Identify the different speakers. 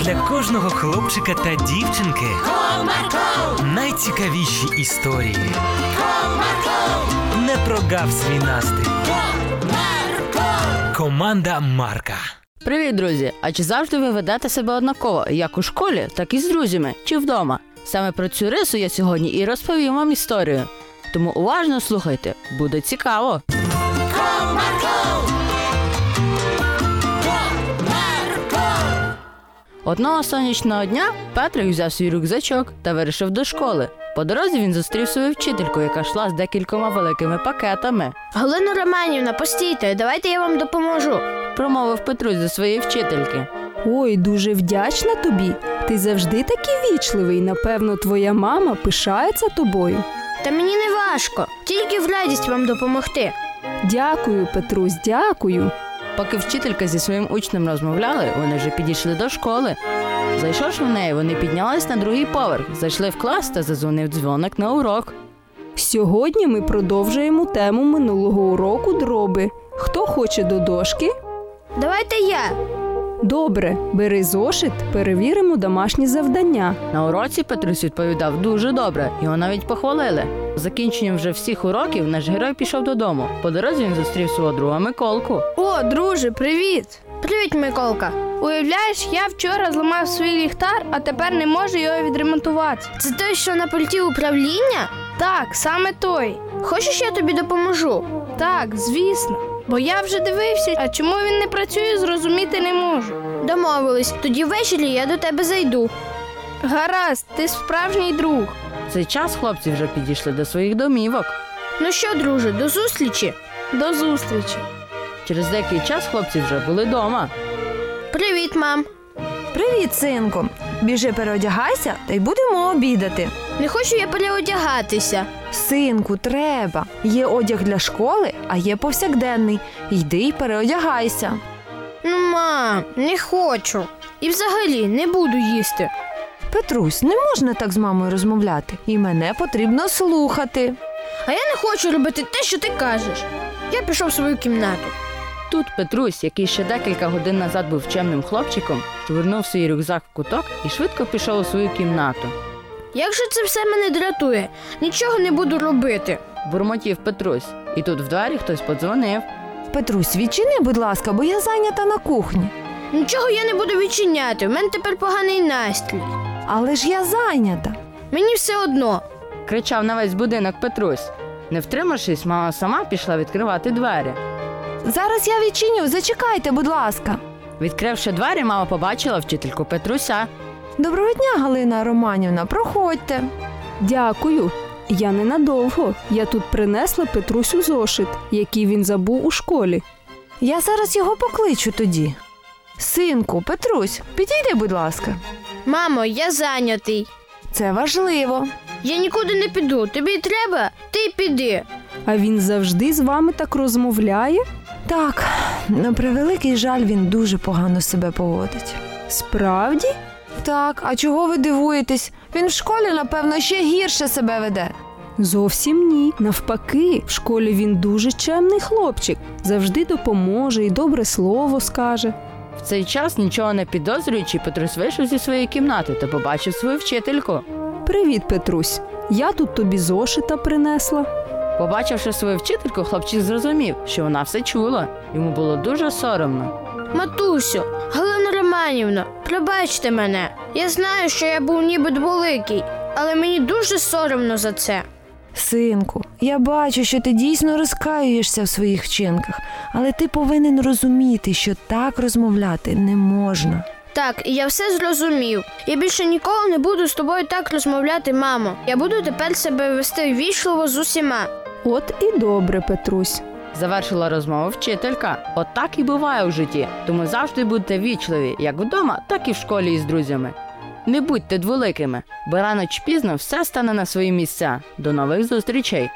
Speaker 1: для кожного хлопчика та дівчинки
Speaker 2: Comarco,
Speaker 1: найцікавіші історії.
Speaker 2: Comarco,
Speaker 1: Не прогав свій настрій.
Speaker 2: Comarco.
Speaker 1: Команда Марка.
Speaker 3: Привіт, друзі! А чи завжди ви ведете себе однаково, як у школі, так і з друзями чи вдома? Саме про цю рису я сьогодні і розповім вам історію. Тому уважно слухайте, буде цікаво. Одного сонячного дня Петрик взяв свій рюкзачок та вирішив до школи. По дорозі він зустрів свою вчительку, яка йшла з декількома великими пакетами.
Speaker 4: Галина Романівна, постійте, давайте я вам допоможу.
Speaker 3: Промовив Петрусь до своєї вчительки.
Speaker 5: Ой, дуже вдячна тобі. Ти завжди такий вічливий. Напевно, твоя мама пишається тобою.
Speaker 4: Та мені не важко, тільки в радість вам допомогти.
Speaker 5: Дякую, Петрусь, дякую.
Speaker 3: Поки вчителька зі своїм учнем розмовляли, вони вже підійшли до школи. Зайшовши в неї, вони піднялись на другий поверх, зайшли в клас та зазвонив дзвоник на урок.
Speaker 5: Сьогодні ми продовжуємо тему минулого уроку дроби. Хто хоче до дошки?
Speaker 4: Давайте я.
Speaker 5: Добре, бери зошит, перевіримо домашні завдання.
Speaker 3: На уроці Петрус відповідав дуже добре, його навіть похвалили. З закінченням вже всіх уроків наш герой пішов додому. По дорозі він зустрів свого друга Миколку.
Speaker 4: О, друже, привіт. Привіт, Миколка. Уявляєш, я вчора зламав свій ліхтар, а тепер не можу його відремонтувати. Це той, що на пульті управління? Так, саме той. Хочеш, я тобі допоможу? Так, звісно. Бо я вже дивився, а чому він не працює, зрозуміти не можу. Домовились, тоді ввечері я до тебе зайду. Гаразд, ти справжній друг.
Speaker 3: В цей час хлопці вже підійшли до своїх домівок.
Speaker 4: Ну що, друже, до зустрічі? До зустрічі.
Speaker 3: Через деякий час хлопці вже були вдома.
Speaker 4: Привіт, мам.
Speaker 6: Привіт, синку. Біжи переодягайся та й будемо обідати.
Speaker 4: Не хочу я переодягатися.
Speaker 6: Синку, треба. Є одяг для школи, а є повсякденний. Йди й переодягайся.
Speaker 4: Ну, мам, не хочу. І взагалі не буду їсти.
Speaker 6: Петрусь, не можна так з мамою розмовляти, і мене потрібно слухати.
Speaker 4: А я не хочу робити те, що ти кажеш. Я пішов в свою кімнату.
Speaker 3: Тут Петрусь, який ще декілька годин назад був чемним хлопчиком, швирнув свій рюкзак в куток і швидко пішов у свою кімнату.
Speaker 4: Як же це все мене дратує? Нічого не буду робити.
Speaker 3: Бурмотів Петрусь, і тут в двері хтось подзвонив.
Speaker 6: Петрусь, відчини, будь ласка, бо я зайнята на кухні.
Speaker 4: Нічого я не буду відчиняти. У мене тепер поганий настрій.
Speaker 6: Але ж я зайнята.
Speaker 4: Мені все одно.
Speaker 3: Кричав на весь будинок Петрусь. Не втримавшись, мама сама пішла відкривати двері.
Speaker 6: Зараз я відчиню, зачекайте, будь ласка.
Speaker 3: Відкривши двері, мама побачила вчительку Петруся.
Speaker 6: Доброго дня, Галина Романівна, проходьте.
Speaker 5: Дякую. Я ненадовго. Я тут принесла Петрусю зошит, який він забув у школі.
Speaker 6: Я зараз його покличу тоді. Синку, Петрусь, підійди, будь ласка.
Speaker 4: Мамо, я зайнятий.
Speaker 6: Це важливо.
Speaker 4: Я нікуди не піду. Тобі треба? Ти піди.
Speaker 5: А він завжди з вами так розмовляє?
Speaker 6: Так, на превеликий жаль, він дуже погано себе поводить.
Speaker 5: Справді?
Speaker 6: Так, а чого ви дивуєтесь? Він в школі, напевно, ще гірше себе веде.
Speaker 5: Зовсім ні. Навпаки, в школі він дуже чемний хлопчик, завжди допоможе і добре слово скаже.
Speaker 3: В цей час, нічого не підозрюючи, Петрусь вийшов зі своєї кімнати та побачив свою вчительку.
Speaker 5: Привіт, Петрусь. Я тут тобі зошита принесла.
Speaker 3: Побачивши свою вчительку, хлопчик зрозумів, що вона все чула. Йому було дуже соромно.
Speaker 4: Матусю, Галина Романівна, пробачте мене. Я знаю, що я був ніби великий, але мені дуже соромно за це.
Speaker 6: Синку, я бачу, що ти дійсно розкаюєшся в своїх вчинках, але ти повинен розуміти, що так розмовляти не можна.
Speaker 4: Так, і я все зрозумів. Я більше ніколи не буду з тобою так розмовляти, мамо. Я буду тепер себе вести ввічливо з усіма.
Speaker 5: От і добре, Петрусь.
Speaker 3: Завершила розмову вчителька. От так і буває у житті, тому завжди будьте вічливі, як вдома, так і в школі із друзями. Не будьте дволикими, бо рано чи пізно все стане на свої місця. До нових зустрічей!